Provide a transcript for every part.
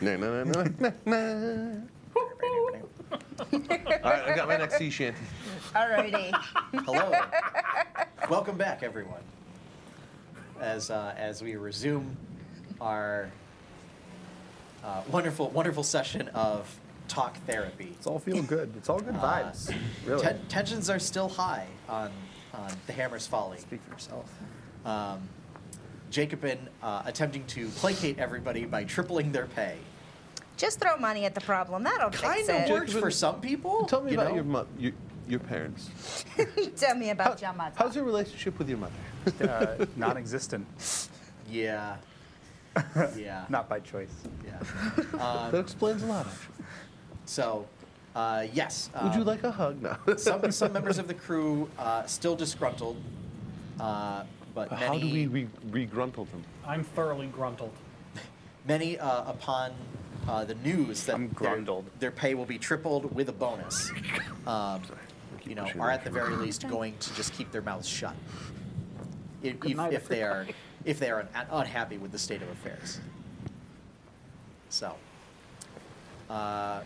Na, na, na, na, na, na. All right, I got my next sea shanty. Alrighty. Hello. Welcome back, everyone. As uh, as we resume our uh, wonderful wonderful session of talk therapy. Uh, It's all feel good. It's all good vibes. really. Ten- tensions are still high on on the Hammer's Folly. Speak for yourself. Um, Jacobin uh, attempting to placate everybody by tripling their pay. Just throw money at the problem. That'll Kind fix of it. worked for some people. Tell me you about know? your mom, your, your parents. Tell me about your How- mother. how's your relationship with your mother? Uh, non-existent, Yeah. Yeah. not by choice. Yeah. Um, that explains a lot, actually. So, uh, yes. Would you um, like a hug? No. some some members of the crew uh, still disgruntled, uh, but many How do we re- regruntle them? I'm thoroughly gruntled. many uh, upon uh, the news that I'm their, grundled. their pay will be tripled with a bonus, um, you know, pushing are that at the very least going to just keep their mouths shut if, if, night, if they are if they are un- unhappy with the state of affairs. So. Uh,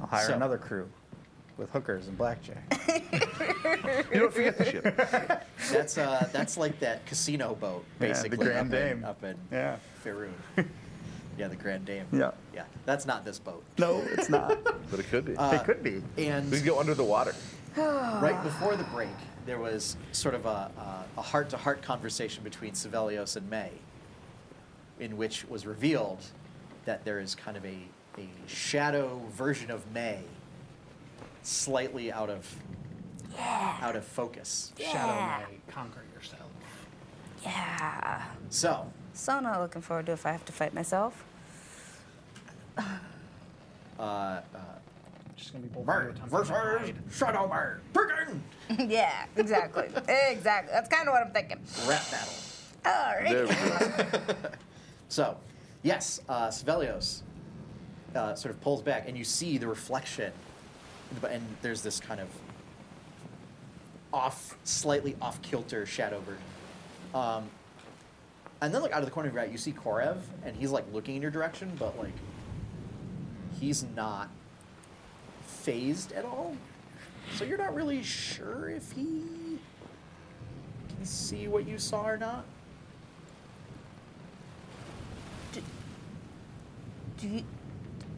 I'll hire So- another crew with hookers and blackjack. You don't forget the ship. that's uh, that's like that casino boat, Yeah, the basically. Grand up in- Dame. up in Yeah. Faerun. yeah, the Grand Dame. Yeah. yeah. That's not this boat. No, it's not. But it could be. Uh, it could be. And we could go under the water. right before the break, there was sort of a, a, a heart-to-heart conversation between Sevelios and May, in which was revealed that there is kind of a, a shadow version of May, slightly out of out of focus. Shadow Knight, conquer yourself. Yeah. So, So not looking forward to if I have to fight myself. uh, uh, Just gonna be bold. Murd versus Shadow Murd. Freaking yeah, exactly. exactly. That's kind of what I'm thinking. rap battle. There Alrighty. we go. So, yes, uh, Svelios uh, sort of pulls back, and you see the reflection, and there's this kind of off, slightly off kilter shadow version. Um, and then, like out of the corner of your eye, you see Korev, and he's like looking in your direction, but like he's not phased at all. So you're not really sure if he can see what you saw or not. Do you,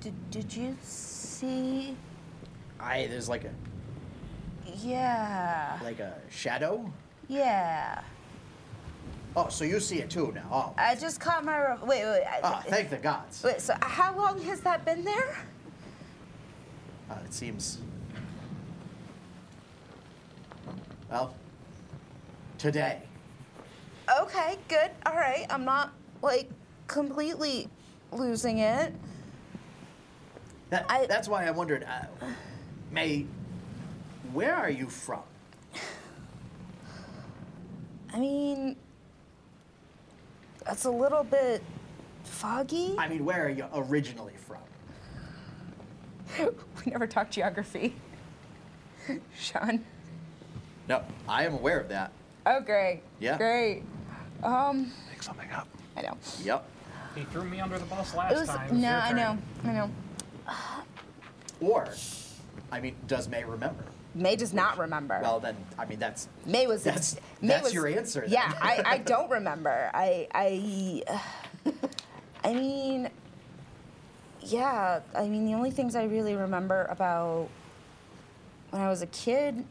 did, did you see? I there's like a Yeah. like a shadow. Yeah. Oh, so you see it too now. Oh, I just caught my. Re- wait, wait. I, ah, thank the gods. wait, so how long has that been there? Uh, it seems. Well, today. Okay, good. All right. I'm not, like, completely losing it. That, I- that's why I wondered, uh, May, where are you from? I mean, it's a little bit foggy. I mean, where are you originally from? we never talked geography. Sean. No, I am aware of that. Oh, great. Yeah. Great. Um, Make something up. I know. Yep. He threw me under the bus It last was time. It's no, your I know, turn. I know. Or, I mean, does May remember? May does not remember. Well, then, I mean, that's. May was That's- May that's was, your answer then. Yeah, I, I don't remember. I I I mean, yeah. I mean, the only things I really remember about when I was a kid,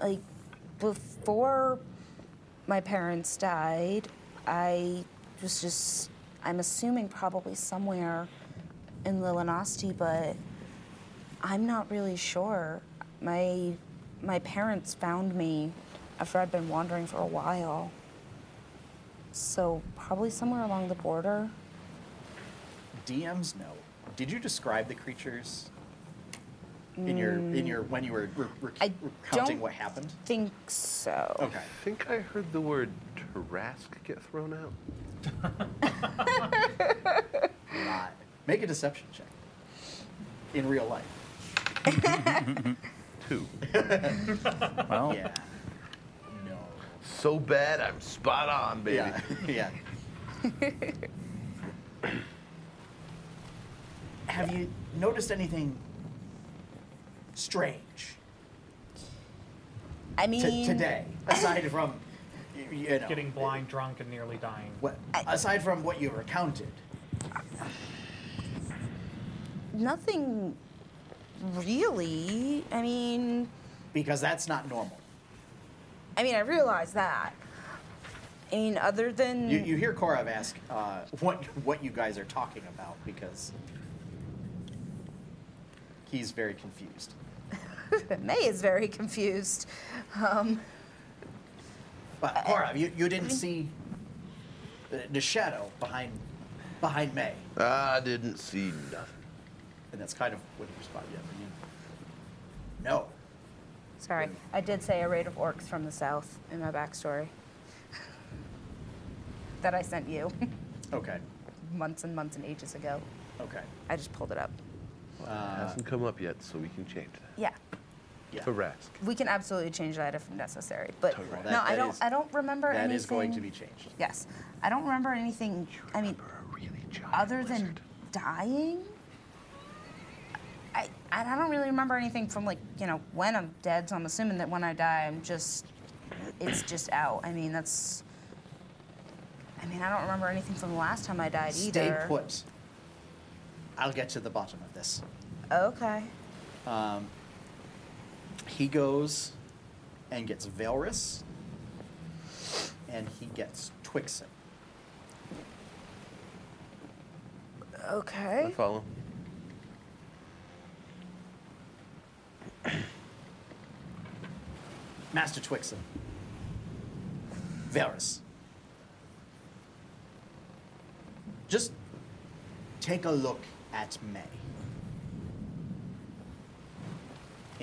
like before my parents died, I was just I'm assuming probably somewhere in Lilinasti, but I'm not really sure. My my parents found me after I'd been wandering for a while. So probably somewhere along the border. DMs know. Did you describe the creatures in your in your when you were re- re- I recounting don't- what happened? Think so. Okay. I think I heard the word Tarask get thrown out. Not. Make a deception check. In real life. Two. Well, Oh. Yeah. No. So bad I'm spot on, baby. Yeah, yeah. Have you noticed anything strange I to mean, today, aside from y- you know, Getting blind, drunk, and nearly dying. What, aside from what you recounted, nothing really. I mean, because that's not normal. I mean, I realize that. I mean, other than You, you hear Korov ask uh, what what you guys are talking about because he's very confused. May is very confused. Um, But Uh, Korov, you, you didn't see the, the shadow behind behind May, I didn't see nothing. and that's kind of what he responded. Yeah, but you, no, sorry, I did say a raid of orcs from the south in my backstory that I sent you okay, months and months and ages ago. okay, I just pulled it up. uh, hasn't come up yet, so we can change that. Yeah, yeah. To Rask. we can absolutely change that if necessary. But Correct. no, That- I that don't. is- I don't remember That anything. is going to be changed. Yes, I don't remember anything. I mean, Remember a really giant other than lizard. dying I, I don't really remember anything from like you know when i'm dead so i'm assuming that when i die i'm just it's just out i mean that's i mean i don't remember anything from the last time i died Stay either put. I'll get to the bottom of this. okay Um, he goes and gets Valrus, and he gets Twixen. I okay follow. Master Twixen. Varus. Just take a look at May.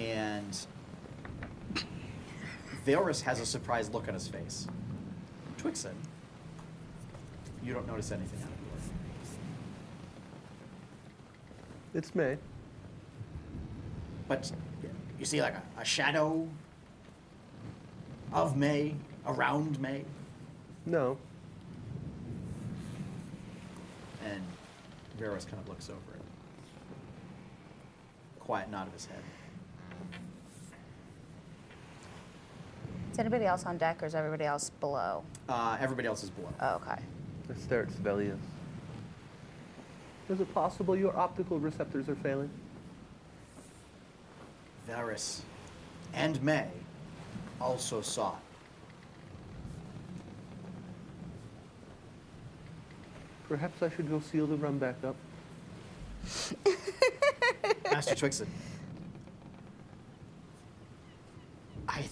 And Varus has a surprised look on his face. Twixen, you don't notice anything out of the ordinary. It's May. But you see like a, a shadow of May, around May, No. and Varus kind of looks over it. Quiet nod of his head. is anybody else on deck or is everybody else below Uh, everybody else is below. oh, okay Let's stare at Sibelius. Is it possible your optical receptors are failing? Varus and May also saw it. Perhaps I should go seal the rum back up. Master Twixen. I, th-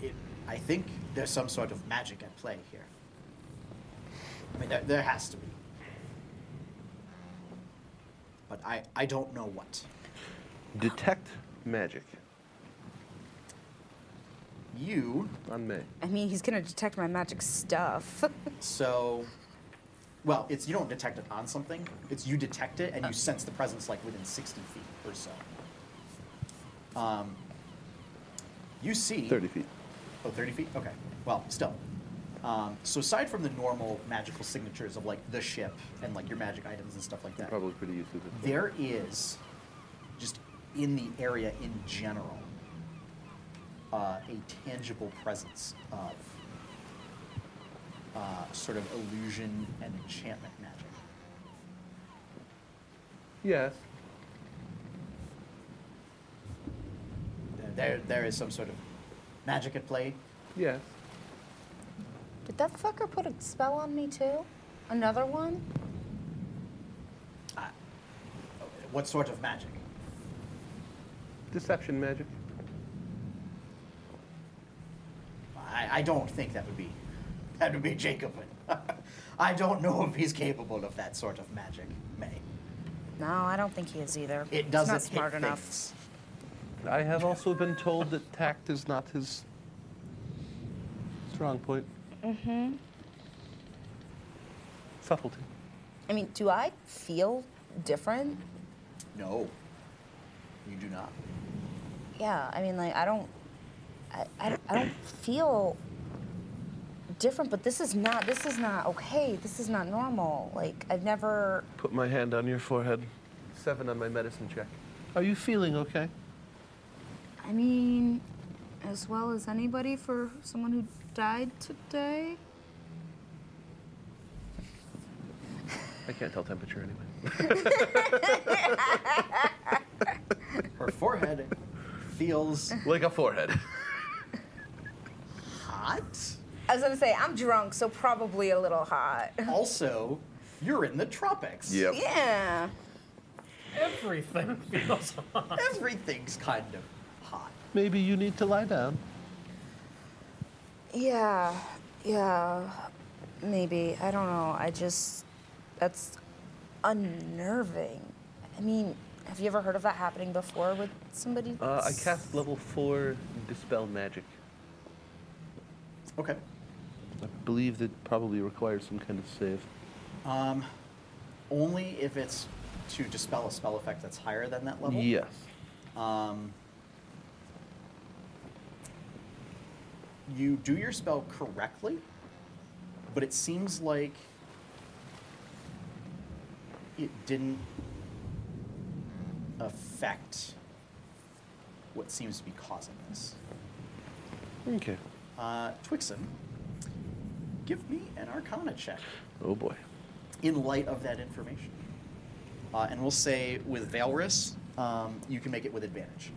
it, I think there's some sort of magic at play here. I mean, there, there has to be. But I, I don't know what. Detect magic You on May. i mean he's gonna detect my magic stuff So, well, it's you don't detect it on something. It's you detect it and you sense the presence like within sixty feet or so. Um, you see 30 feet. Oh, 30 feet. Okay. Well, still. Um, so aside from the normal magical signatures of like the ship and like your magic items and stuff like that, Probably pretty used to this. one. there is just in the area in general uh, a tangible presence of uh, sort of illusion and enchantment magic. Yes. There- There, there is some sort of magic at play. Yes. did that fucker put a spell on me too another one Uh, what sort of magic? Deception magic. I, I don't think that would be that would be Jacobin. I don't know if he's capable of that sort of magic, May. no i don't think he is either It He's doesn't not smart hit enough things. I have also been told that tact is not his strong point. Mm-hmm. Subtlety. I mean, do I feel different? No, you do not. Yeah, I mean, like I don't, I, I, I don't feel different, but this is not. This is not okay. This is not normal. Like I've never. Put my hand on your forehead. Seven on my medicine check. Are you feeling okay? I mean, as well as anybody for someone who died today. I can't tell temperature anyway. Her forehead feels like a forehead. hot. I was gonna say I'm drunk, so probably a little hot. Also, you're in the tropics. Yep. yeah. Everything feels hot. Everything's kind of hot. Maybe you need to lie down. Yeah, yeah, maybe. I don't know. I just, that's unnerving. I mean, have you ever heard of that happening before with somebody? Uh, I s- cast level four dispel magic. Okay. I believe that probably requires some kind of save. Um, only if it's to dispel a spell effect that's higher than that level. Yes. Um, you do your spell correctly, but it seems like it didn't affect what seems to be causing this. Okay. Uh, Twixen, give me an Arcana check Oh boy. in light of that information. Uh, and we'll say with Valrus, um, you can make it with advantage,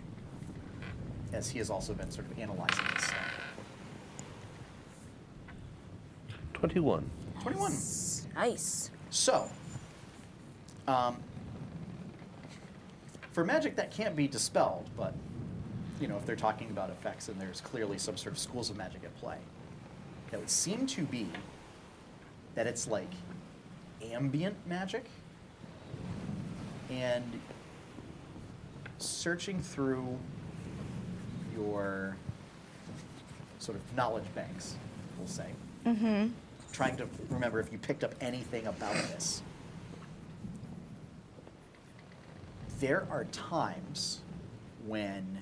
as he has also been sort of analyzing this stuff. 21. 21. Nice. So, um, for magic that can't be dispelled, but you know, if they're talking about effects, and there's clearly some sort of schools of magic at play, that would seem to be that it's like ambient magic, and searching through your sort of knowledge banks, we'll say, trying to remember if you picked up anything about this. There are times when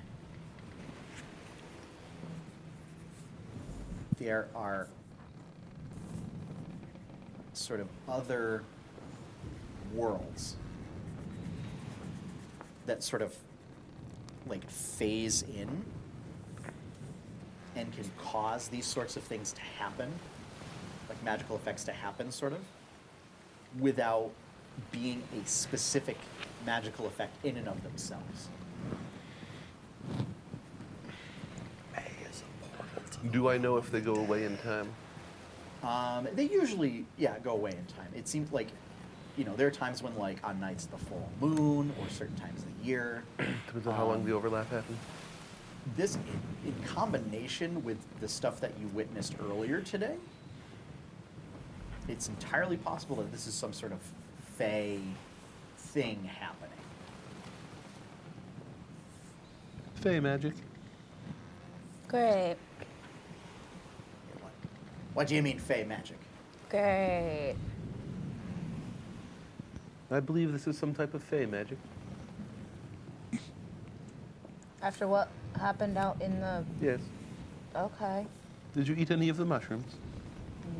there are sort of other worlds that sort of like phase in and can cause these sorts of things to happen like magical effects to happen, sort of, without being a specific magical effect in and of themselves. Do I know if they go away in time? Um, they usually, yeah, go away in time. It seems like, you know, there are times when, like, on nights of the full moon or certain times of the year, Depends on how Um. long the overlap happens. this in, in combination with the stuff that you witnessed earlier today, it's entirely possible that this is some sort of fey thing happening. Fey magic. Great, What? What do you mean, fey magic? great. I believe this is some type of fey magic. After what happened out in the. Yes. Okay. Did you eat any of the mushrooms?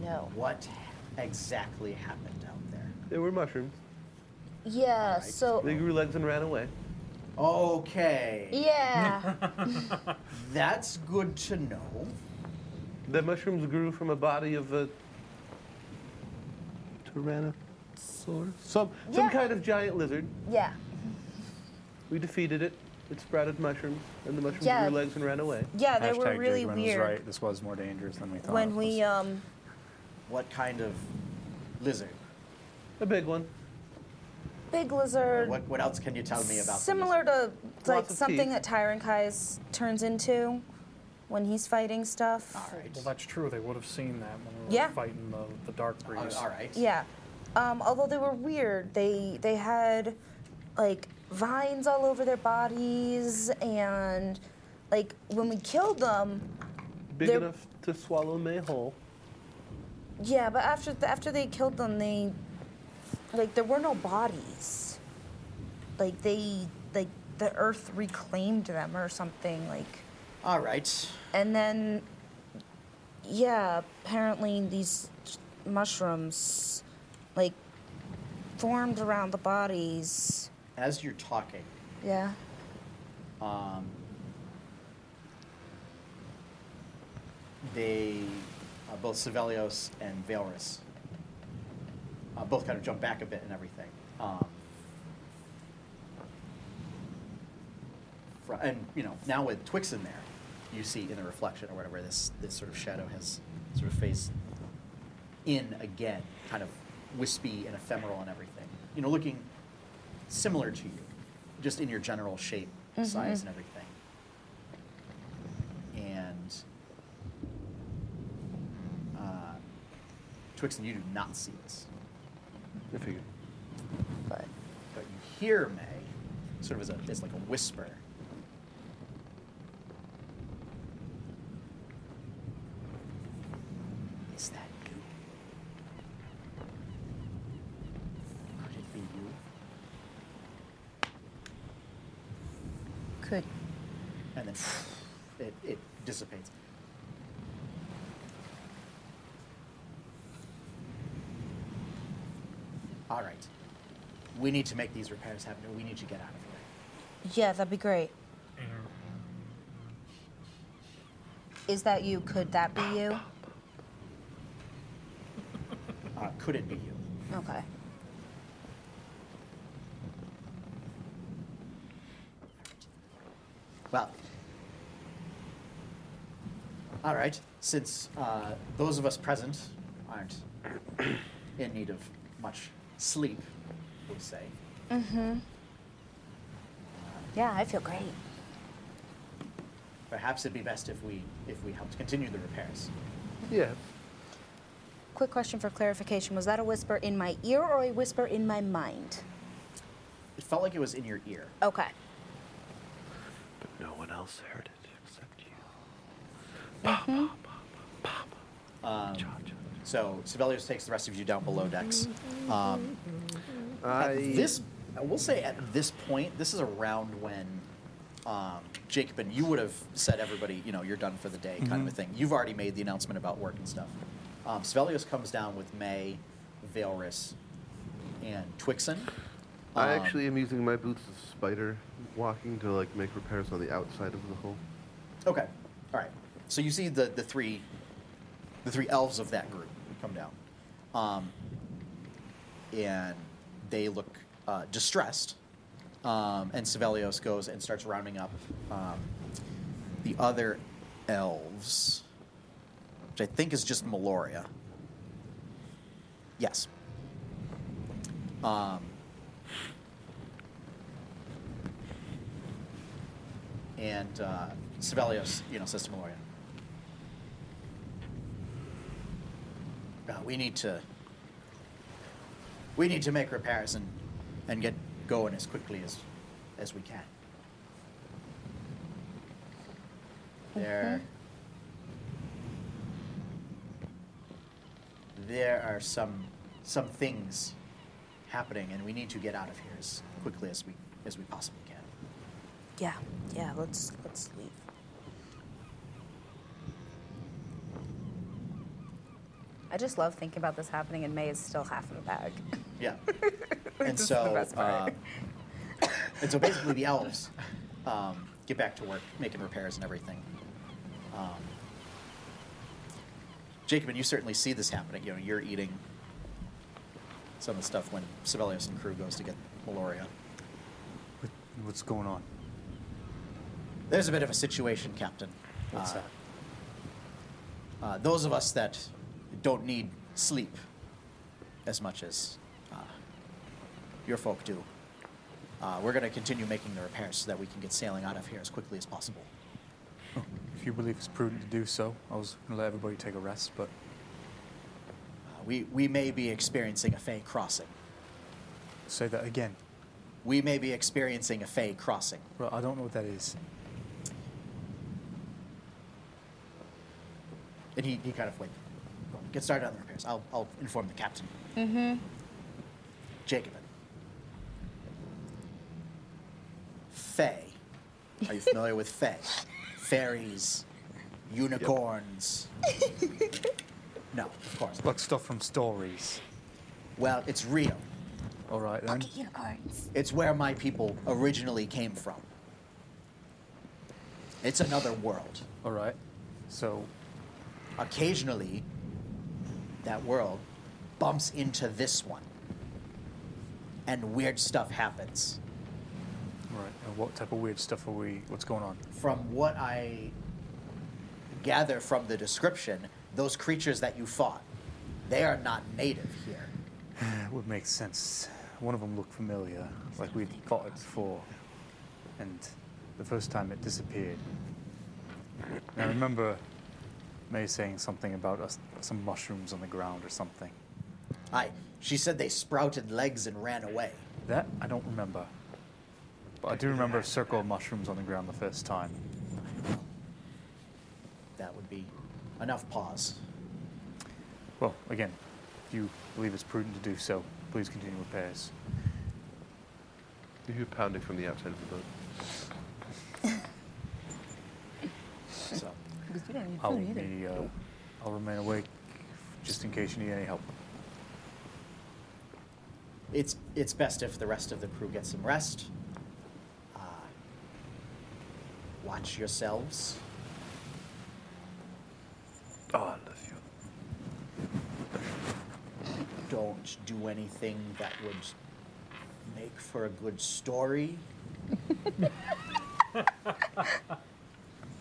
No. What exactly happened out there? There were mushrooms. Yeah, Alright. so. They grew legs and ran away. Okay. Yeah. That's good to know. The mushrooms grew from a body of a tyrannosaurus, some some Yeah. kind of giant lizard. yeah. We defeated it. It sprouted mushrooms, and the mushrooms Yeah. grew legs and ran away. Yeah, they were Hashtag really Jigwin weird. Was right. This was more dangerous than we thought. When we, Let's- um. What kind of lizard? A big one. Big lizard. What, what else can you tell me about the similar lizard? to like Lots of something teeth. that Tyron Kai's turns into when he's fighting stuff. All right. Well, that's true. They would have seen that when we were Yeah. fighting the, the dark breeze. Uh, all right. Yeah. Um, although they were weird, they they had like vines all over their bodies and like when we killed them, Big They're- enough to swallow me whole. yeah. But after after they killed them, they like there were no bodies. Like they like the earth reclaimed them or something like. All right. and then yeah, apparently these mushrooms, like, formed around the bodies. As you're talking, Yeah. um, they, uh, both Sevelios and Valris, uh, both kind of jump back a bit and everything. Um, fro- and you know, now with Twix in there, you see in the reflection or whatever this this sort of shadow has sort of phased in again, kind of wispy and ephemeral and everything. You know, looking similar to you, just in your general shape, size, and everything. And uh, Twix and you do not see this, I figured. But but you hear May sort of as, a, as like a whisper. Is that you? Could it be you? could and then it, it dissipates. All right. We need to make these repairs happen, or we need to get out of here. yeah, that'd be great. Is that you? Could that be you? Uh, could it be you? Okay. Well, all right. Since uh, those of us present aren't in need of much sleep, we'll say Yeah, I feel great. perhaps it'd be best if we if we helped continue the repairs. Yeah. Quick question for clarification: Was that a whisper in my ear or a whisper in my mind? It felt like it was in your ear. Okay. But no one else heard it except you. Cha Um, cha. So Sibelius takes the rest of you down below decks. Um, I, at this, I will say, at this point, this is around when um, Jacob and you would have said everybody, you know, you're done for the day, kind of a thing. You've already made the announcement about work and stuff. Um, Sibelius comes down with May, Valris, and Twixen. I Um, actually am using my boots of spider walking to like make repairs on the outside of the hole. Okay. All right. So you see the, the three the three elves of that group come down, um, and they look uh, distressed. Um, and Sevelios goes and starts rounding up um, the other elves, which I think is just Meloria. Yes. Um, and uh, Sibelius, you know, says to Meloria, "Uh, "We need to, we need to make repairs and and get going as quickly as as we can." There, there are some some things happening, and we need to get out of here as quickly as we as we possibly can. Yeah. Yeah. Let's let's leave. I just love thinking about this happening, and May is still half in the bag. Yeah. and This is so, the best part. uh, and so basically, the elves um, get back to work, making repairs and everything. Um, Jacob, and you certainly see this happening. You know, you're eating some of the stuff when Sibelius and crew goes to get Meloria. uh, What, what's going on? There's a bit of a situation, Captain. What's Uh, that? uh, those of us that don't need sleep as much as uh, your folk do, uh, we're going to continue making the repairs so that we can get sailing out of here as quickly as possible. If you believe it's prudent to do so, I was gonna let everybody take a rest, but Uh, we, we may be experiencing a Fey crossing. say that again. We may be experiencing a Fey crossing. Well, I don't know what that is. And he, he kind of went, get started on the repairs. I'll, I'll inform the captain. Mm-hmm. Jacobin. Fey. Are you familiar with Fey? Fairies, unicorns. no, of course. not. Like stuff from stories. Well, it's real. All right then. Pocket unicorns. It's where my people originally came from. It's another world. All right. So, Occasionally, that world bumps into this one, and weird stuff happens. all right. And what type of weird stuff are we? What's going on? From what I gather from the description, those creatures that you fought, they are not native here. It would make sense. One of them looked familiar, like we'd fought it before. And the first time it disappeared. And I remember May saying something about us, some mushrooms on the ground or something. I, she said they sprouted legs and ran away. That I don't remember. But I do remember a circle of mushrooms on the ground the first time. That would be enough pause. Well, again, if you believe it's prudent to do so, please continue repairs. You hear pounding from the outside of the boat. So, Because we don't need oh, I'll be, uh, I'll remain awake just in case you need any help. it's it's best if the rest of the crew gets some rest. Uh, watch yourselves. Oh, I love you. Don't do anything that would make for a good story.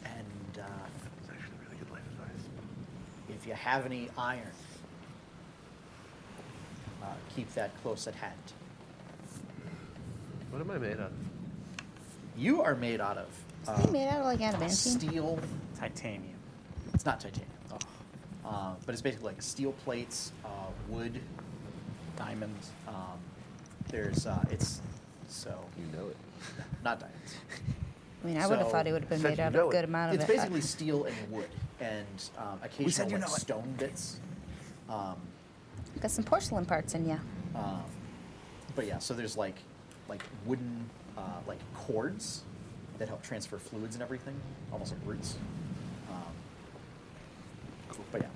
and uh, It's actually really good life advice. if you have any iron, uh, keep that close at hand. What am I made of? You are made out of Are they uh, made out of like adamantine? steel. Titanium. It's not titanium, oh. uh, but it's basically like steel plates, uh, wood. Diamonds. Um, there's uh, it's so You know it. not diamonds. I mean, I would have So- thought it would have been made you out of know a it. good amount of It's it. basically steel and wood and um, occasional you like, know it. stone bits. Um, Uh, got some porcelain parts in ya. um, but yeah, so there's like like wooden uh, like cords that help transfer fluids and everything, almost like roots. Um, but yeah,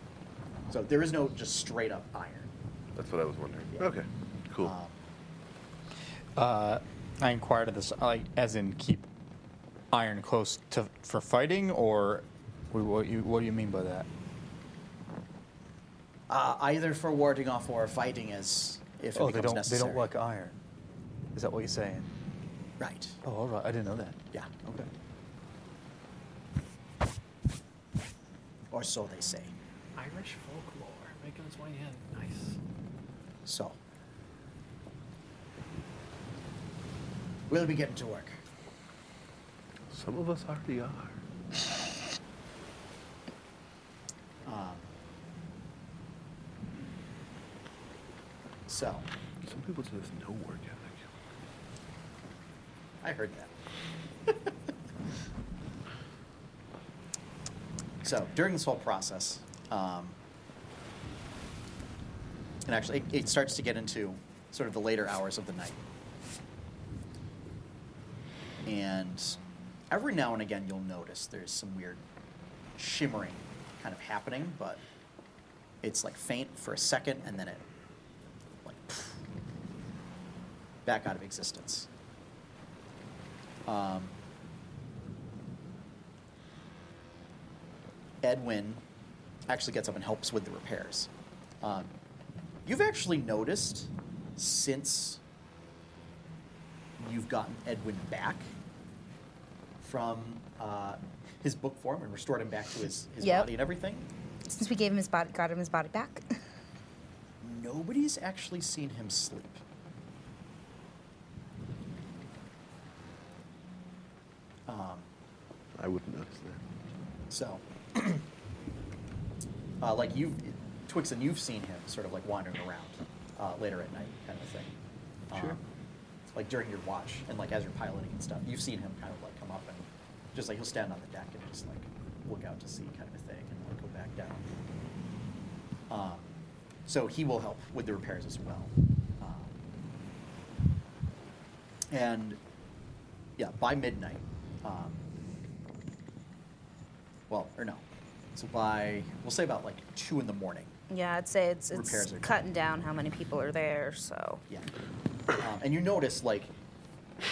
so there is no just straight up iron. That's what I was wondering. Yeah. Okay, cool. Um, Uh, I inquired of this, like, as in keep iron close to for fighting, or wh- what? You, what do you mean by that? uh, either for warding off or fighting as if it Oh, becomes they don't. necessary. They don't like iron. Is that what you're saying? Right. Oh, all right. I didn't know that. Yeah. Okay. Or so they say. Irish folklore making its way in. Nice. So. We'll be getting to work. Some of us already are. Um, so, Some people just have no work ethic. I heard that. so, during this whole process, um, and actually, it, it starts to get into sort of the later hours of the night. And every now and again, you'll notice there's some weird shimmering kind of happening, but it's like faint for a second and then it like back out of existence. Um, Edwin actually gets up and helps with the repairs. Um, you've actually noticed since you've gotten Edwin back from uh, his book form and restored him back to his, his Yep. body and everything, Since we gave him his body, got him his body back. nobody's actually seen him sleep. Um, I wouldn't notice that. So, uh, like you, Twix, and you've seen him sort of like wandering around uh, later at night, kind of thing. Um, Sure. like during your watch and like as you're piloting and stuff, you've seen him kind of like come up and just like he'll stand on the deck and just like look out to sea, kind of a thing, and like go back down. Um, so he will help with the repairs as well. Um, and yeah, by midnight, um, well, or no, So by we'll say about like two in the morning. Yeah, I'd say it's Repairs it's are done. cutting down how many people are there. So Yeah. Um, and you notice like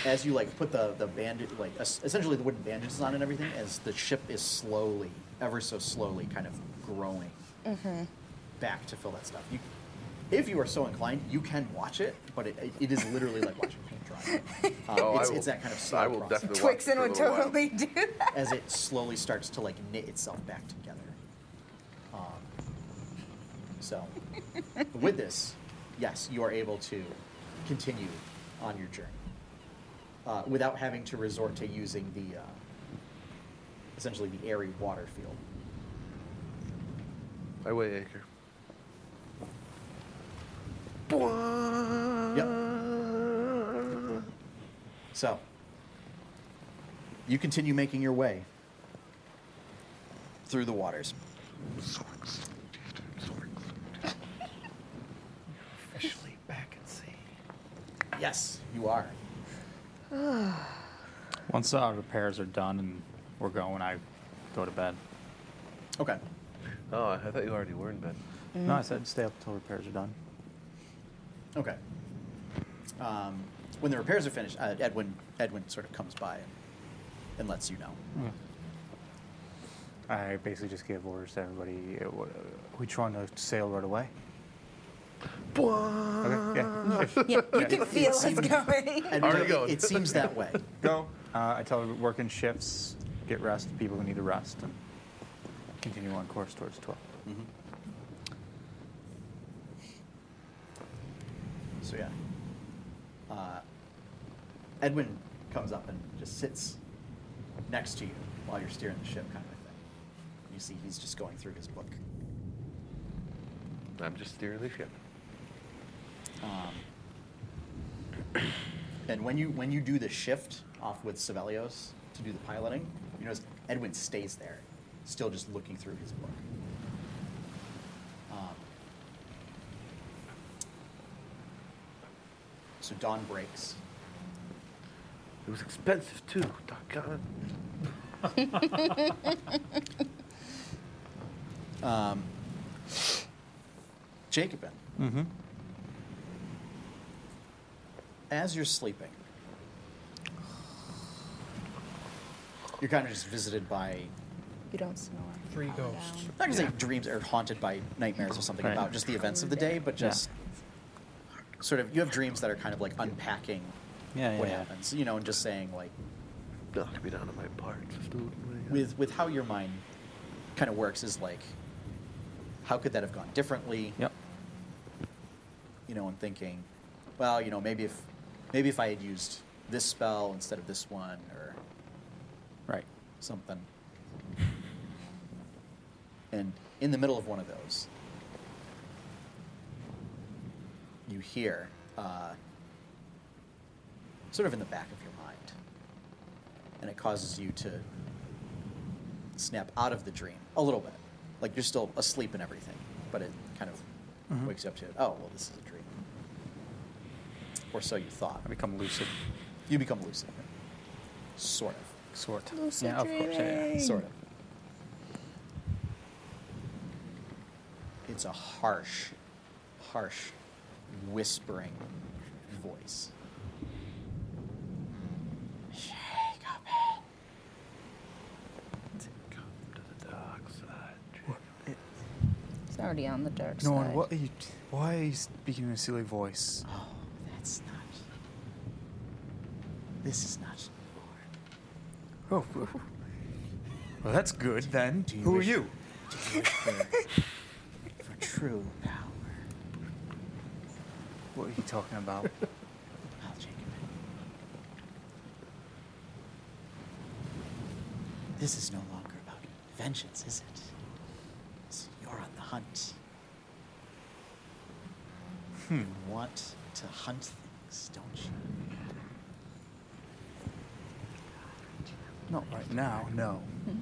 as you like put the the bandage like es- essentially the wooden bandages on and everything as the ship is slowly, ever so slowly, kind of growing back to fill that stuff. You, if you are so inclined, you can watch it, but it, it is literally like watching paint dry. Um, Oh, I it's, will- it's that kind of slow I will process definitely watch it Twixen for a would little while. totally do that. as it slowly starts to like knit itself back together. Um, so, with this, yes, you are able to continue on your journey uh, without having to resort to using the uh, essentially the airy water field. I weigh anchor. Yep. So, you continue making your way through the waters. Officially back at sea. Yes, you are. Once our repairs are done and we're going, I go to bed. Okay. Oh, I thought you already were in bed. Mm-hmm. No, I said stay up until repairs are done. Okay. Um, when the repairs are finished, uh, Edwin Edwin sort of comes by and, and lets you know. I basically just gave orders to everybody. uh, what- uh, We trying to sail right away? Okay, yeah. Yeah, you can feel us seemed- going. Edwin, Already it- going. It seems that way. Go. Uh, I tell them work in shifts, get rest, people who need to rest, and continue on course towards 12. Mm-hmm. So yeah. Uh, Edwin comes up and just sits next to you while you're steering the ship, kind of a thing. You see, he's just going through his book. I'm just steering the ship. Um, and when you when you do the shift off with Sevelios to do the piloting, you notice Edwin stays there, still just looking through his book. Um, so dawn breaks. It was expensive too. Doggone it. Um, Jacobin, Mm-hmm. as you're sleeping, you're kind of just visited by You don't snore. Three ghosts. not gonna say dreams are haunted by nightmares or something Right. about just the events of the day, but Yeah. just sort of you have dreams that are kind of like unpacking Yeah, yeah, what yeah. happens, you know, and just saying like Knock me down to my parts. dude. with with how your mind kind of works is like how could that have gone differently? Yep. You know, and thinking, well, you know, maybe if maybe if I had used this spell instead of this one or Right. something. And in the middle of one of those, you hear, uh, sort of in the back of your mind, and it causes you to snap out of the dream a little bit. Like you're still asleep and everything, but it kind of Mm-hmm. wakes you up to, oh, well, this is a dream. Or so you thought. I become lucid. You become lucid. Sort of. Sort. Lucid yeah, of course. Yeah, yeah. dreaming. Sort of. It's a harsh, harsh, whispering voice. Come to the dark side. It's already on the dark No side. one, what are you, why are you speaking in a silly voice? Oh, that's not. This is not Lord. Oh, well, that's good then. Do you Who are wish- you? For, for true power, What are you talking about? I'll take it. This is no longer about vengeance, is it? It's- You're on the hunt. You want to hunt things, don't you? Not right now, no. Hmm.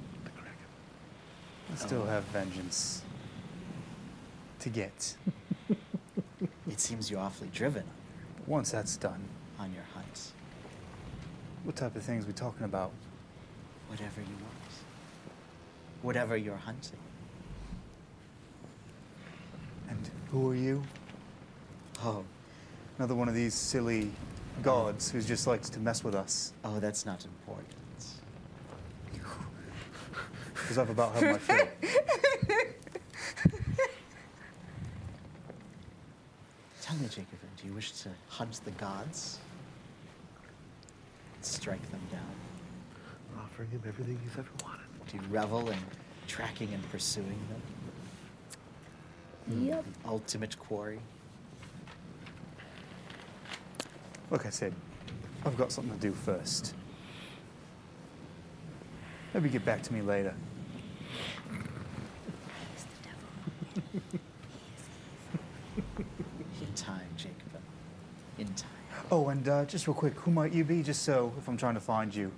I still have vengeance to get. It seems you're awfully driven Once that's done, on your hunt. what type of things we talking about? Whatever you want. Whatever you're hunting. Who are you? Oh, Another one of these silly gods who just likes to mess with us. oh, that's not important. Because I've about had my fill. Tell me, Jacob, do you wish to hunt the gods? Strike them down? Offering him everything he's ever wanted. Do you revel in tracking and pursuing them? Mm. Yep. The ultimate quarry? Like I said, I've got something to do first. Maybe get back to me later. In time, Jacob. In time. Oh, and uh, just real quick, who might you be? Just so if I'm trying to find you,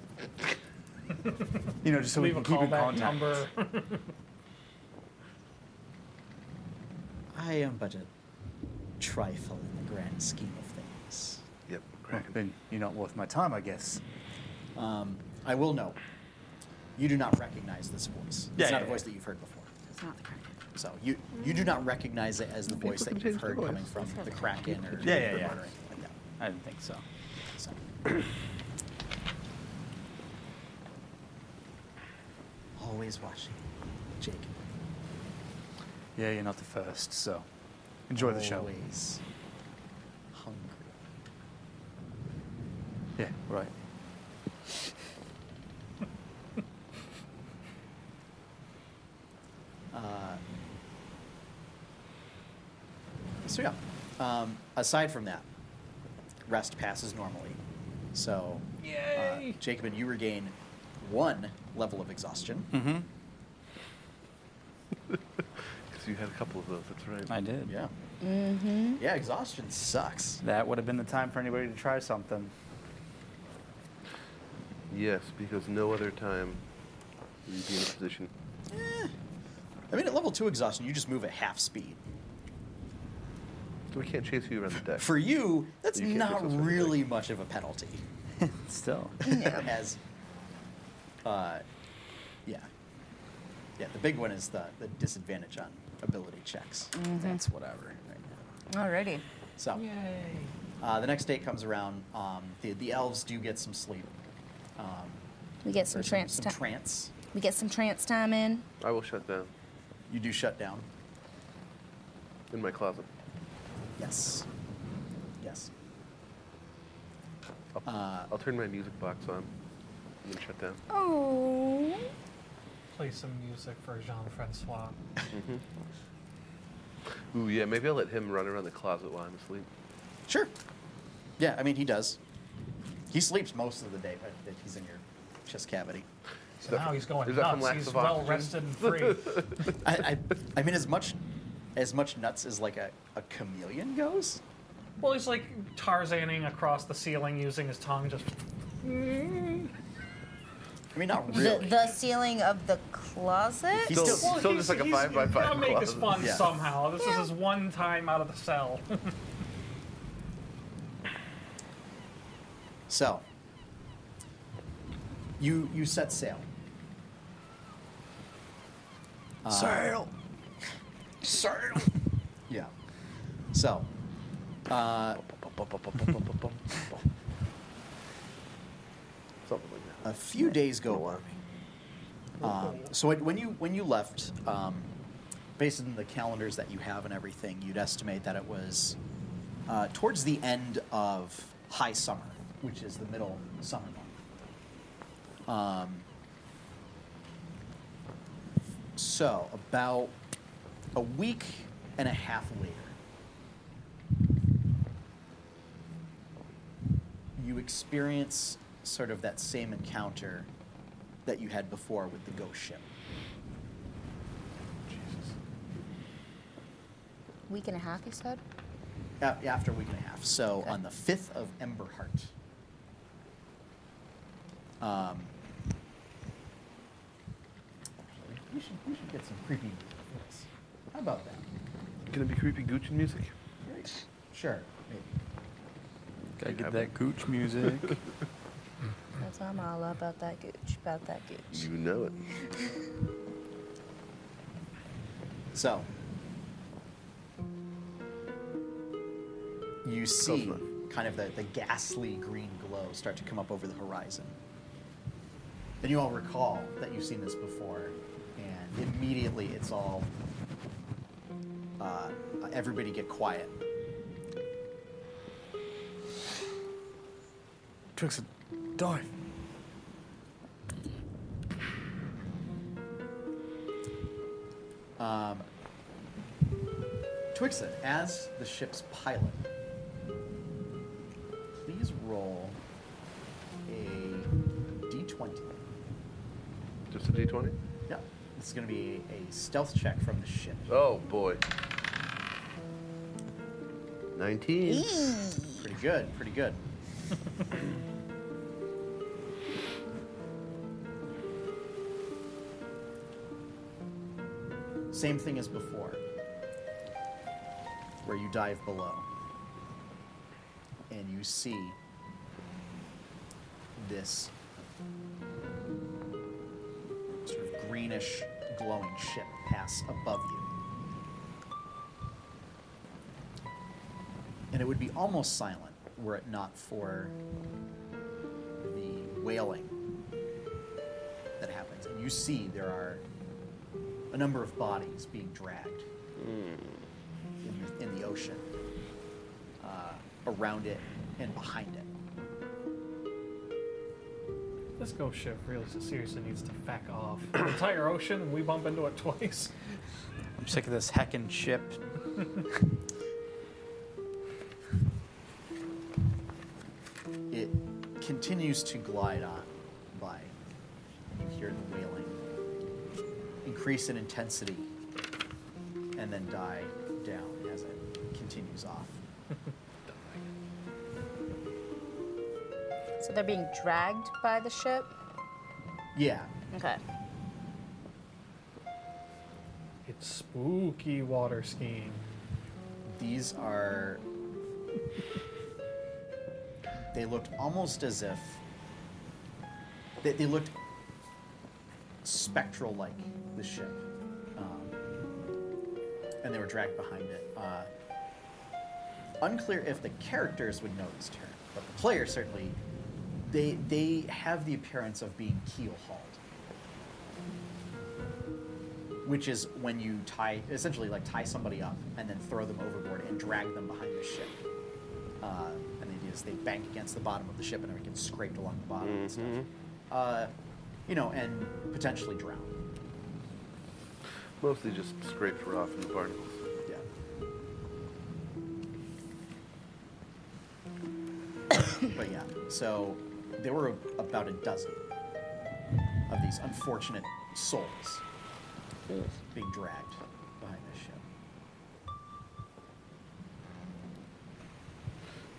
you know, just so Leave we a can keep in callback contact. number. I am but a trifle in the grand scheme of things. Yep, Well, then you're not worth my time, I guess. Um, I will note, you do not recognize this voice. Yeah, it's not yeah, a voice yeah. that you've heard before. It's not the crack. So you you do not recognize it as the voice can that you've change the heard voice. coming from the Kraken or Yeah, yeah, yeah. or anything like that. I didn't think so. So. Always watching, Jacob. Yeah, you're not the first, so enjoy the show. Always hungry. Yeah, right. Uh, so yeah. Um, aside from that, rest passes normally. So, uh, Yay! Jacobin, you regain one level of exhaustion. Mm-hmm. Because you had a couple of those, that's right. I did. Yeah. Mm-hmm. Yeah, exhaustion sucks. That would have been the time for anybody to try something. Yes, because no other time will you be in a position. I mean, at level two exhaustion, you just move at half speed. So we can't chase you around the deck. For you, that's You can't not exhaust everything. really much of a penalty. Still. As, uh, yeah, yeah. The big one is the the disadvantage on ability checks. Mm-hmm. That's whatever. Right now. Alrighty. So. Yay! Uh, the next day comes around. Um, the, the elves do get some sleep. Um, We get some or trance Some, time. trance. we get some trance time in. I will shut down You do shut down. in my closet. Yes. Yes. I'll, Uh, I'll turn my music box on and then shut down. Oh. Play some music for Jean-Francois. Ooh, yeah, maybe I'll let him run around the closet while I'm asleep. Sure. Yeah, I mean, he does. He sleeps most of the day, but that he's in your chest cavity. So now he's going Is that from nuts. lack He's of well oxygen? rested and free. I, I, I mean, as much as much nuts as like a, a chameleon goes. well, he's like Tarzaning across the ceiling using his tongue. Just I mean, not The, really. the ceiling of the closet. He's still- Still just like a five by five Gotta make this closet. fun Yeah. somehow. This is his one time out of the cell. So, you you set sail. Sail. Sail. Uh, yeah. So, uh, Something like that. a few days go by. Um, so it, when you when you left, um, based on the calendars that you have and everything, you'd estimate that it was uh, towards the end of high summer, which is the middle summer month. Um, so about a week and a half later, you experience sort of that same encounter that you had before with the ghost ship. Jesus. Week and a half, you said? A- after a week and a half. So Okay. on the 5th of Emberheart, um, actually, we should, we should get some creepy music for this. How about that? Gonna be creepy Gucci music? Sure, maybe. Gotta You get have that gooch music. That's I'm all about that gooch, about that gooch. You know it. So, you see not. kind of the, the ghastly green glow start to come up over the horizon. And you all recall that you've seen this before, and immediately it's all. Uh, everybody get quiet. Trixon, dive. Um, Twixen, as the ship's pilot, please roll a d20. Just a d20? Yep. This is going to be a stealth check from the ship. Oh, boy. 19. Pretty good, pretty good. Same thing as before, where you dive below and you see this sort of greenish glowing ship pass above you. and it would be almost silent were it not for the wailing that happens. And you see there are a number of bodies being dragged in, the, in the ocean, uh, around it and behind it. This ghost ship really seriously needs to back off. The entire ocean, we bump into it twice. I'm sick of this heckin' ship. It continues to glide on by, and you hear the wailing increase in intensity and then die down as it continues off. So they're being dragged by the ship? Yeah. Okay. It's spooky water skiing. These are. they looked almost as if. They, they looked spectral like the ship. Um, and they were dragged behind it. Uh, unclear if the characters would notice her, but the players certainly. They, they have the appearance of being keel hauled. which is when you tie essentially like tie somebody up and then throw them overboard and drag them behind the ship. Uh, and they do is they bank against the bottom of the ship and it gets scraped along the bottom and stuff. Uh, you know, and potentially drown. Mostly just scraped rough and barnacles. Yeah. but yeah, so there were a, about a dozen of these unfortunate souls being dragged behind this ship.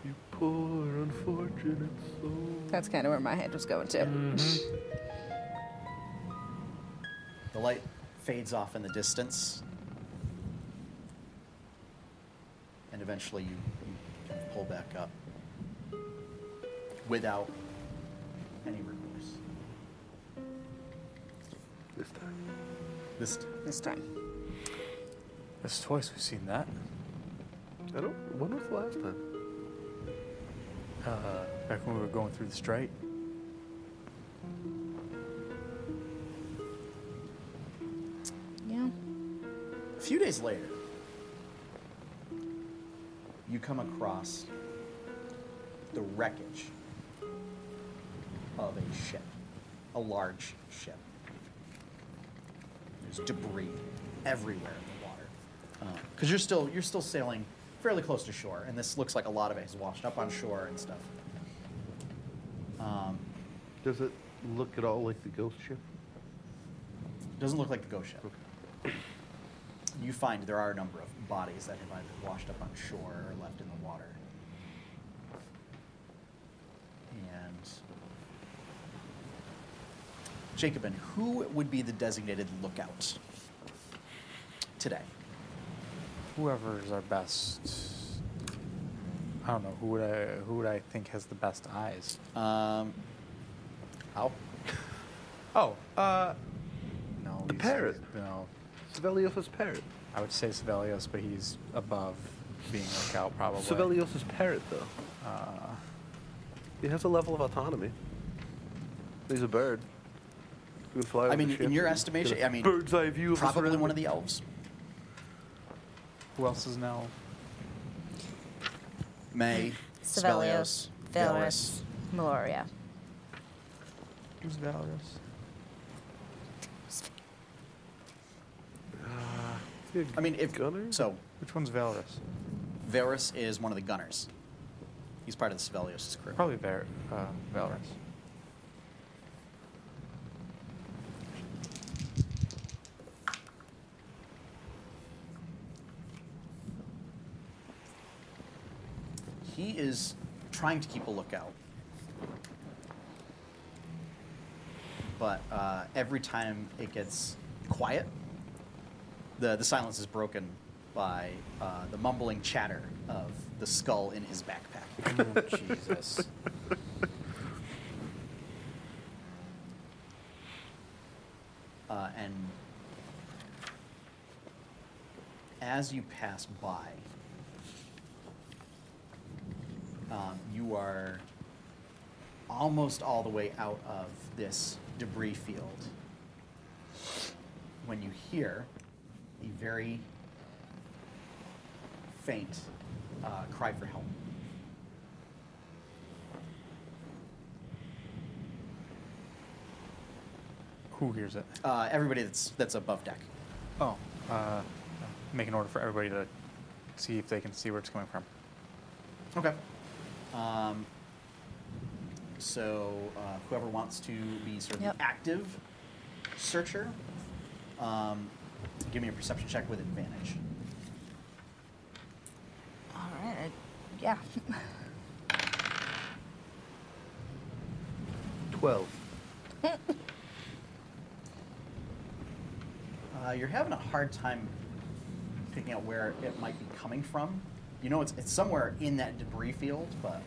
You poor unfortunate soul. That's kind of where my head was going to. The light fades off in the distance. And eventually you, you kind of pull back up without any recourse. This time. This This time. That's twice we've seen that. I don't. When was the last time? Uh, back when we were going through the strait. Yeah. a few days later, you come across the wreckage of a ship, a large ship. There's debris everywhere in the water because you're still you're still sailing fairly close to shore, and this looks like a lot of it has washed up on shore and stuff. Um, Does it look at all like the ghost ship? doesn't look like the ghost ship. You find there are a number of bodies that have either washed up on shore or left in the water. And Jacobin, who would be the designated lookout today? Whoever is our best. I don't know who would I who would I think has the best eyes. Um, I'll Oh, uh, no. The he's- parrot. No, Sveliofa's parrot. I would say Sevelios, but he's above being like out probably. Sevelios's parrot, though. Uh, He has a level of autonomy. He's a bird. He can fly I over the mean, in ship your and estimation- get a I mean, bird's eye view of the Probably one surroundings. of the elves. who else is now? May. Sevelios, Svelios, Valorous, Meloria. Who's Valorous? Yeah, I mean, if Gunner? so, Which one's Valorous? Varus is one of the gunners. He's part of the Svelios' crew. Probably Val- uh, Valorous. He is trying to keep a lookout. But uh, every time it gets quiet, the, the silence is broken by uh, the mumbling chatter of the skull in his backpack. Oh, Jesus. Uh, and as you pass by, um, you are almost all the way out of this debris field when you hear a very faint uh, cry for help. Who hears it? Uh, everybody that's that's above deck. Oh, uh, make an order for everybody to see if they can see where it's coming from. Okay. Um, so uh, whoever wants to be sort of Yep. the active searcher, um, give me a perception check with advantage. All right. I, yeah. 12. Uh, you're having a hard time picking out where it might be coming from. You know, it's it's somewhere in that debris field, but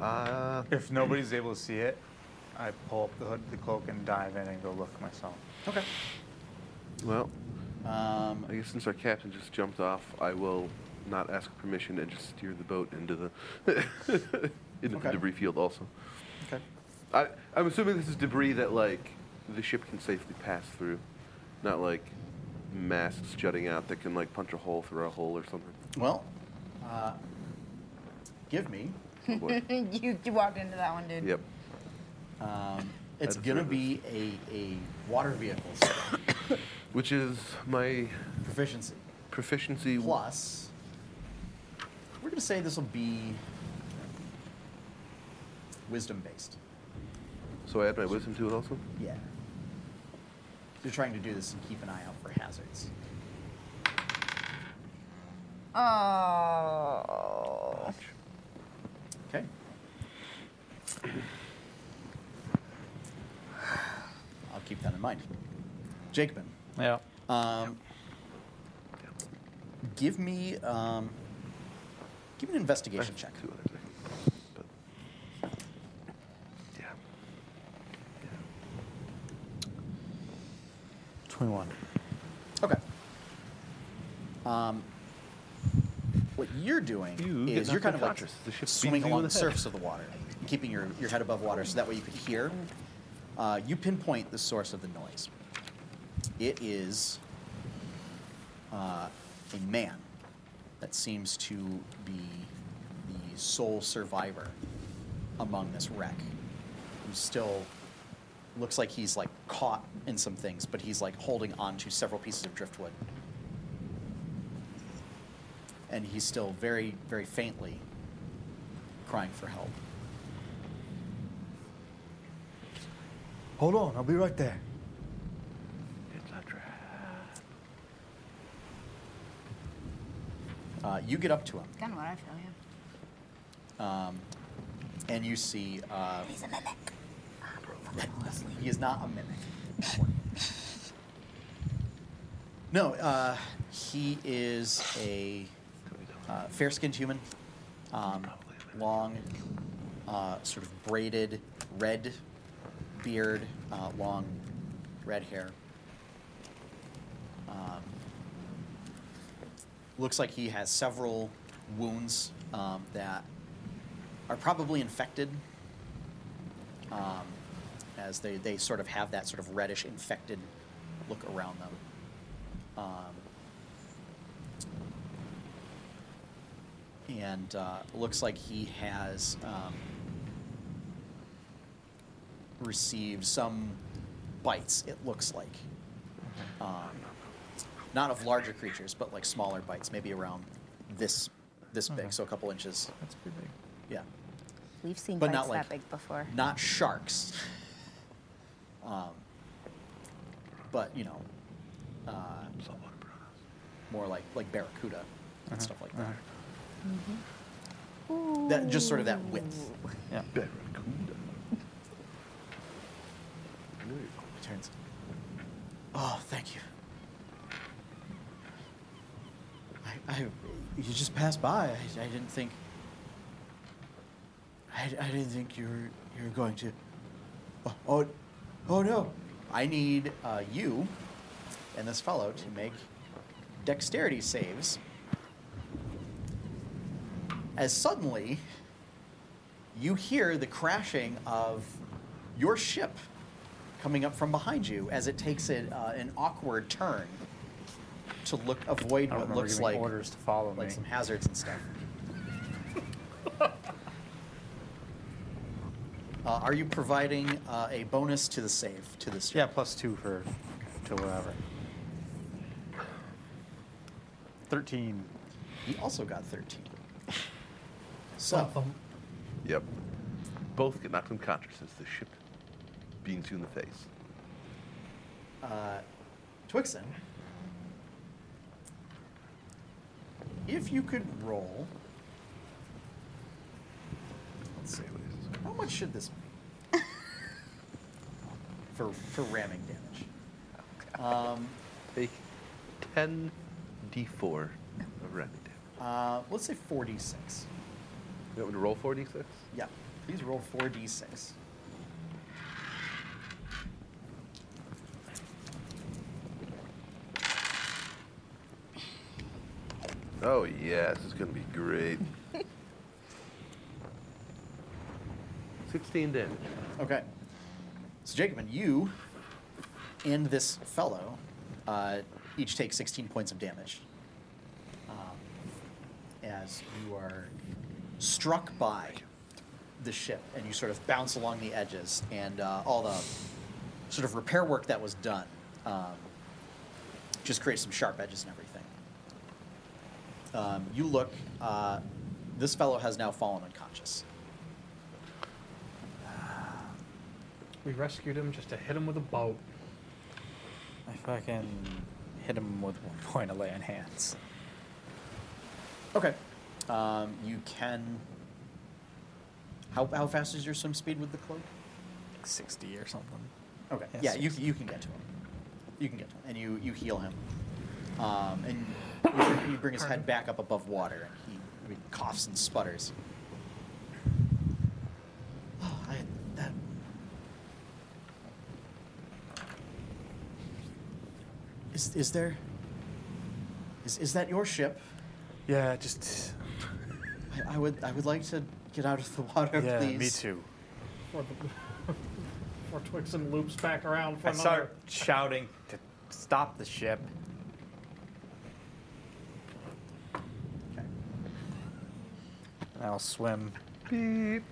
Uh, If nobody's able to see it, I pull up the hood, the cloak, and dive in and go look myself. okay. well, Um, I guess since our captain just jumped off, I will not ask permission and just steer the boat into the into Okay. the debris field. Also, okay. I, I'm assuming this is debris that like the ship can safely pass through, not like masts jutting out that can like punch a hole through a hole or something. Well, uh, give me. Oh, boy. you, you walked into that one, dude. yep. Um, it's That's gonna right. be a, a water vehicle spell. Which is my proficiency proficiency. plus. We're gonna say this will be wisdom based. So I add my wisdom to it also. Yeah. You're trying to do this and keep an eye out for hazards. Oh. Okay. I'll keep that in mind. Jacobin, yeah. um, give me um, give me an investigation check. Two others, I think. But, yeah. Twenty-one. Okay. Um, what you're doing You is get you're kind of knocked like unconscious. The ship swimming beats you along in the the head. surface of the water, and keeping your, your head above water so that way you could hear. Uh, you pinpoint the source of the noise. It is uh, a man that seems to be the sole survivor among this wreck, who still looks like he's like caught in some things, but he's like holding on to several pieces of driftwood. And he's still very, very faintly crying for help. Hold on, I'll be right there. It's a trap. Uh, you get up to him, Kind of what I feel, yeah. um, and you see uh, Oh, He's a mimic. he is not a mimic. No, uh, he is a uh, fair-skinned human, um, long, uh, sort of braided red beard, uh, long red hair. Um, looks like he has several wounds um, that are probably infected, um, as they, they sort of have that sort of reddish infected look around them. Um, and uh, looks like he has um, received some bites. It looks like, um, not of larger creatures, but like smaller bites, maybe around this this big, so a couple inches. Uh-huh. That's pretty big. Yeah, We've seen But bites not like- that big before. not sharks. um, but you know, uh, more like like barracuda and Uh-huh. stuff like that. That just sort of that width. Yeah. Barracuda. He turns. Oh, thank you. I, I, you just passed by. I, I didn't think. I, I didn't think you were you were going to. Oh, oh, oh no! I need uh, you and this fellow to make dexterity saves. As suddenly, you hear the crashing of your ship coming up from behind you as it takes it, uh, an awkward turn to look avoid I don't what remember looks giving like orders to follow like me. some hazards and stuff. uh, are you providing uh, a bonus to the save to this? Yeah, plus two for to whatever. Thirteen. He also got thirteen. So Yep. Both get knocked unconscious as the ship beams you in the face. uh, Twixen, if you could roll, let's see, what is this? how much should this be for for ramming damage? Um, Take 10 d4 of ramming damage. uh, let's say forty-six. You want me to roll 4d6? Yeah, please roll four d six. Oh, yeah, this is going to be great. 16 damage. Okay. So Jacobin, you and this fellow uh, each take 16 points of damage um, as you are struck by the ship and you sort of bounce along the edges and uh, all the sort of repair work that was done um, just creates some sharp edges and everything. Um, you look, uh, this fellow has now fallen unconscious. We rescued him just to hit him with a boat. I fucking hit him with one point of lay on hands. Okay. Um, you can. How, how fast is your swim speed with the cloak? Like 60 or something. Okay. Yeah, Yeah, so- you, you can get to him. You can get to him, and you, you heal him. Um, and you bring- you bring his head back up above water, and he, he coughs and sputters. Oh, I, that. Is, is there. Is, is that your ship? Yeah, just I, I would I would like to get out of the water, yeah. please. Me too. Before, the, before Twixen loops back around for I another. start shouting to stop the ship. Okay. And I'll swim. No,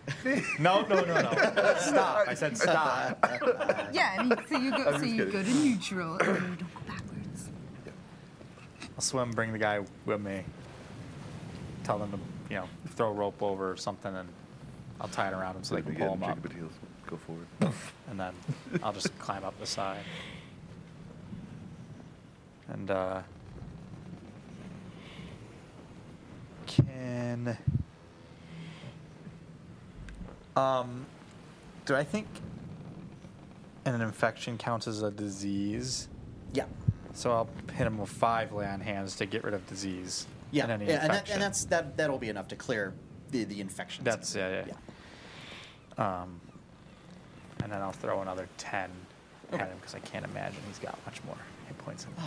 no, no, no. Stop. I said stop. Yeah, I mean, so you go, just so you kidding. go to neutral and you don't go backwards. I'll swim, bring the guy with me. Tell them to, you know, throw a rope over or something, and I'll tie it around him so they can pull him up. Jacob heals. Go forward. And then I'll just climb up the side. And, uh. Can. Um. Do I think an infection counts as a disease? Yeah. So I'll hit him with five lay on hands to get rid of disease. Yeah. And any yeah, and, that, infection. and that's that that'll be enough to clear the the infections. That's yeah, yeah. Um, and then I'll throw another ten Okay. Oh, Ah, at him because I can't imagine he's got much more hit points. Than me.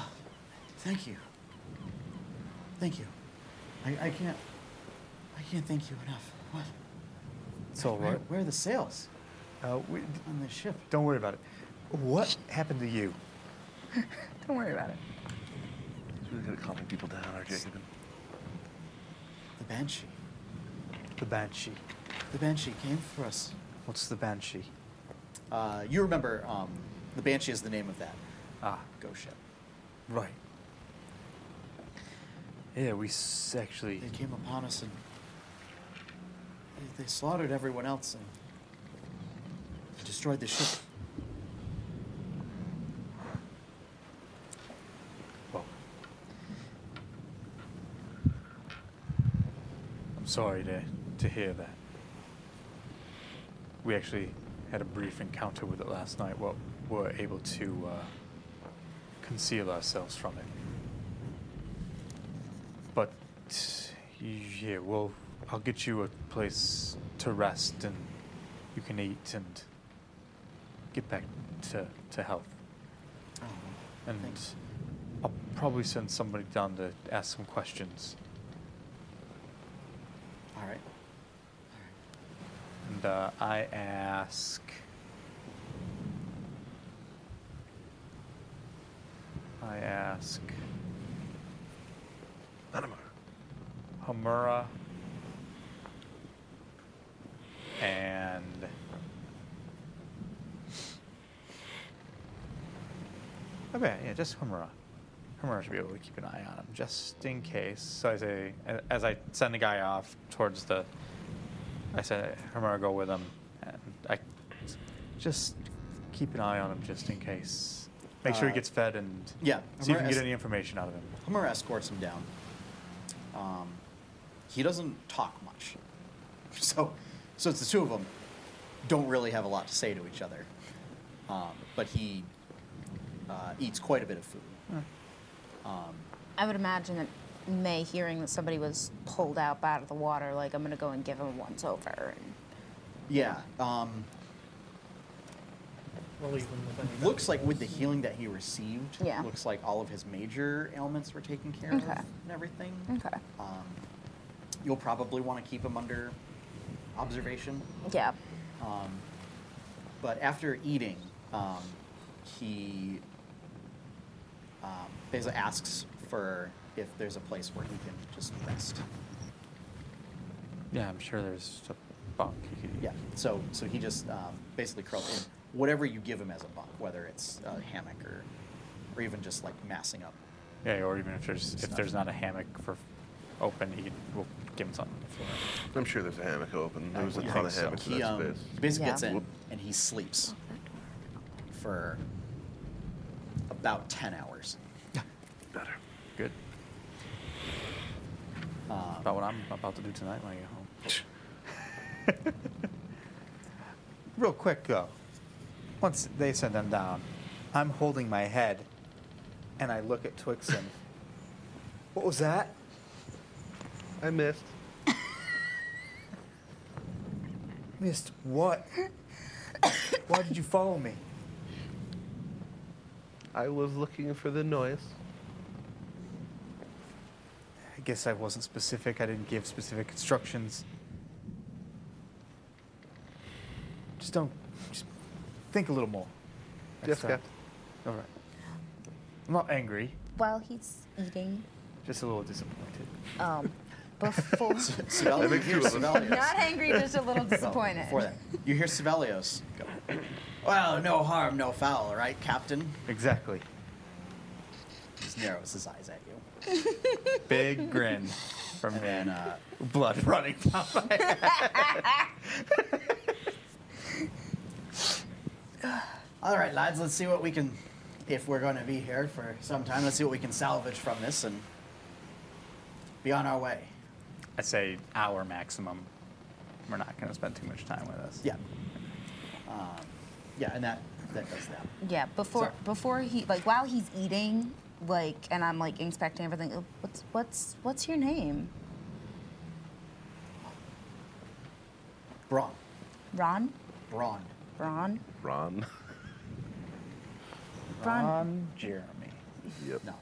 Thank you. Thank you. I, I can't. I can't thank you enough. What? It's all Where, right. where are the sails? Uh, we, on the ship. Don't worry about it. What happened to you? Don't worry about it. He's really good at calming people down, our Jacob. The banshee. The banshee. The banshee came for us. What's the banshee? Uh, you remember, um, the Banshee is the name of that Ah, ghost ship. right. Yeah, we s- actually. They came upon us and they, they slaughtered everyone else and destroyed the ship. Well, I'm sorry to, to hear that. We actually had a brief encounter with it last night. Well, we were able to uh, conceal ourselves from it. But yeah, well, I'll get you a place to rest and you can eat and get back to, to health. Oh, And Thanks. I'll probably send somebody down to ask some questions. all right. And uh, I ask. I ask. Hamura. And. Okay, yeah, just Hamura. Hamura should be able to keep an eye on him just in case. So I say, as I send the guy off towards the I said, I'm gonna go with him, and I just keep an eye on him just in case. Make sure Uh, he gets fed and yeah, see if you Amara can get asked- any information out of him. Hummer escorts him down. Um, he doesn't talk much, so so it's the two of them don't really have a lot to say to each other. Um, but he uh, eats quite a bit of food. Um, I would imagine that May hearing that somebody was pulled up out of the water, like I'm gonna go and give him once over. And yeah. Um, Relieve him with anything. looks like with the healing that he received, Yeah. looks like all of his major ailments were taken care of Okay. Mm. and everything. Okay. Um, you'll probably want to keep him under observation. Yeah. Um, but after eating, um, he um, basically asks for if there's a place where he can just rest. Yeah, I'm sure there's a bunk. He could eat. Yeah. So so he just um, basically curls in whatever you give him as a bunk, whether it's a hammock or or even just like massing up. Yeah, or even if there's if Stuff. there's not a hammock for open, he can, we'll give him something. I'm sure there's a hammock open. There was a would ton think of so. hammocks in He, that um, space. he basically Yeah. gets in Whoop. and he sleeps for about ten hours. Better. Good. Um, About what I'm about to do tonight when I get home. Real quick though, once they send them down, I'm holding my head, and I look at Twixen. what was that? I missed. Missed what? Why did you follow me? I was looking for the noise. I guess I wasn't specific. I didn't give specific instructions. Just don't. Just think a little more. Yes, next time. Captain. All right. I'm not angry. While he's eating, Just a little disappointed. um, before Sivel- That makes you hear two of us. Sivelius. not angry, just a little Well, disappointed. before that, you hear Sibelius go, Well, no harm, no foul, right, Captain? Exactly. Just narrows his eyes at you. Big grin from And then, uh, Blood running down my all right, lads, let's see what we can, if we're going to be here for some time, let's see what we can salvage from this and be on our way. I say hour maximum. We're not going to spend too much time with us. Yeah. Um, yeah, and that, that does that. Yeah, before Sorry. before he like while he's eating, like and I'm like inspecting everything. "Oh, What's what's what's your name? Braun. Ron? Braun. Ron? Ron. Ron? Jeremy. yep. No.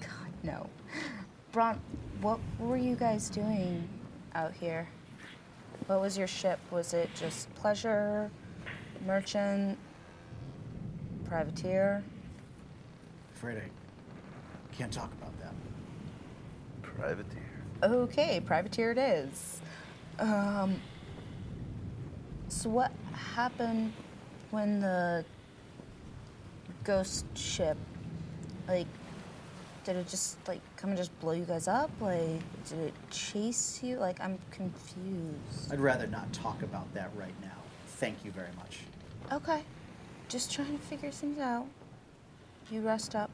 God, no. Bron, what were you guys doing out here? What was your ship? Was it just pleasure, merchant, privateer? Afraid I can't talk about that. Privateer. Okay, privateer it is. Um, so what happened when the ghost ship, like, did it just like come and just blow you guys up? Like, did it chase you? Like, I'm confused. I'd rather not talk about that right now. Thank you very much. Okay, just trying to figure things out. You rest up.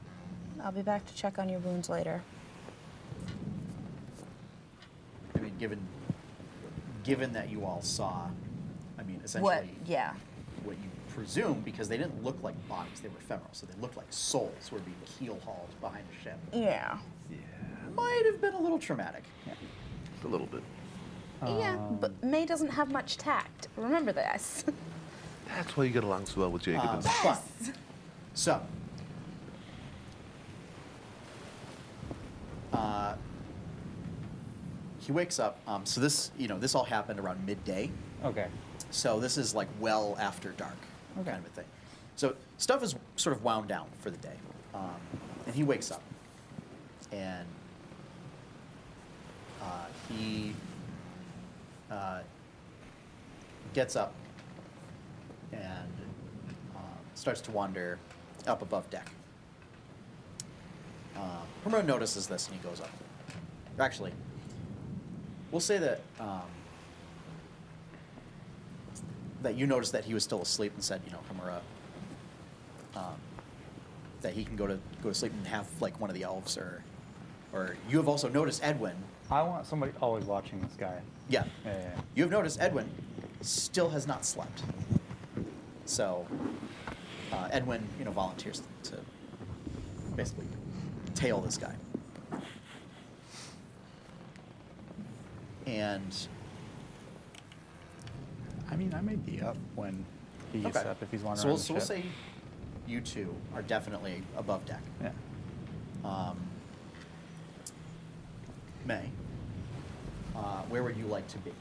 I'll be back to check on your wounds later. I mean, given given that you all saw, I mean, essentially What? Yeah. what you presume because they didn't look like bodies; they were ephemeral, so they looked like souls who were being keel hauled behind a ship. Yeah. Mm. Might have been a little traumatic. A little bit. yeah, but May doesn't have much tact. Remember this. That's why you get along so well with Uh, Jacob. Um, and but- so, uh, he wakes up. Um, so this, you know, this all happened around midday. Okay. So this is like well after dark, kind of a thing. So stuff is sort of wound down for the day, um, and he wakes up, and uh, he uh, gets up and um, starts to wander up above deck. Um, Hermo notices this and he goes up. Actually, we'll say that um, that you noticed that he was still asleep and said, you know, Kimura, um, that he can go to go to sleep and have like one of the elves or or you have also noticed Edwin. I want somebody always watching this guy. Yeah. Yeah, yeah, yeah. You have noticed Edwin still has not slept. So uh, Edwin, you know, volunteers to basically tail this guy. And I mean, I may be up when he gets Okay. up if he's wandering So we'll, around the so we'll ship. say you two are definitely above deck. Yeah. Um, May, uh, where would you like to be?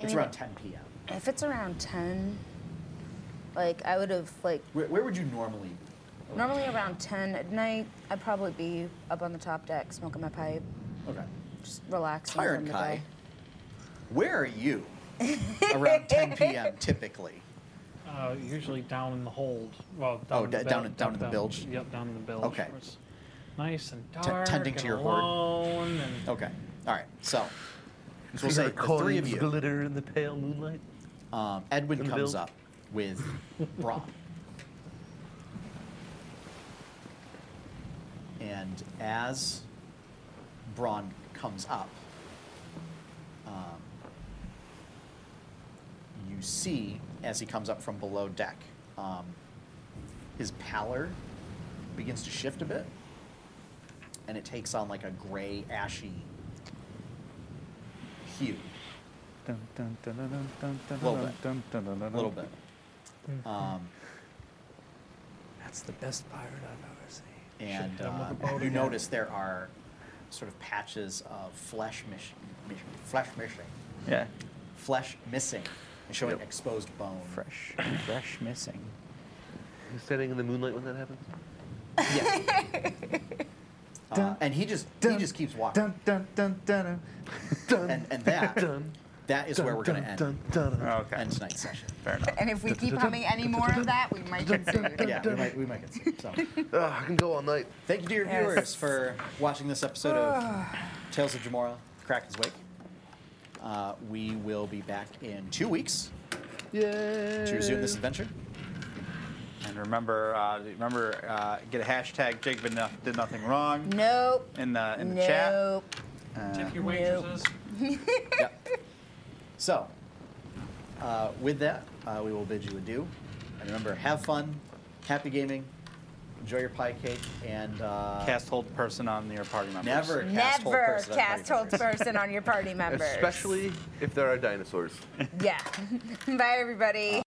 It's Yeah. around 10 p.m. If it's around 10, like I would have like Where, where would you normally normally around 10 at night, I'd probably be up on the top deck smoking my pipe, Okay. just relaxing from Tyrant the Kai, day. where are you around 10 p.m. typically? Uh, usually down in the hold. Well, down Oh, in the da- bil- down in- down in the bilge? Yep, down in the bilge. Okay. where it's nice and T- dark. tending and to your alone. horde. Okay. All right. So, so See we'll say her the three of coins you. glitter in the pale moonlight. Um, Edwin In the comes build? up with Brahm. and as Braun comes up, um, you see as he comes up from below deck, um, his pallor begins to shift a bit, and it takes on like a gray, ashy hue. Dun, dun, dun, dun, dun, dun, dun, Little dun, bit. dun, dun, dun, dun, A little dun. bit. Mm-hmm. Um, That's the best pirate I've ever seen. and Shit, I'm uh, looking forward you to that. notice there are sort of patches of flesh mish- mish- flesh missing, Yeah. flesh missing, and showing exposed bone. Fresh, fresh missing. Who's standing in the moonlight when that happens? Yeah. Uh, and he just he just keeps walking, Dun, dun, dun, dun, dun. and and that Dun, that is where we're going to dun, end dun, dun, dun. end tonight's session. Fair enough. And if we keep humming any more of that, we might get sued. Yeah, we might we might get sick, so. Ugh, I can go all night. Thank you to your Yes. viewers for watching this episode of Tales of Jamora: Kraken's Wake. Uh, we will be back in two weeks Yeah. to resume this adventure. And remember, uh, remember, uh, get a hashtag Jake did, no- did nothing wrong Nope. in the in the chat. nope. Uh, Tip your Nope. waitresses. yeah. So, uh, with that, uh, we will bid you adieu. And remember, have fun, happy gaming, enjoy your pie cake, and uh, Cast hold person on your party members. never cast whole Never person. on party cast hold members. person on your party members. Especially if there are dinosaurs. Yeah. Bye, everybody.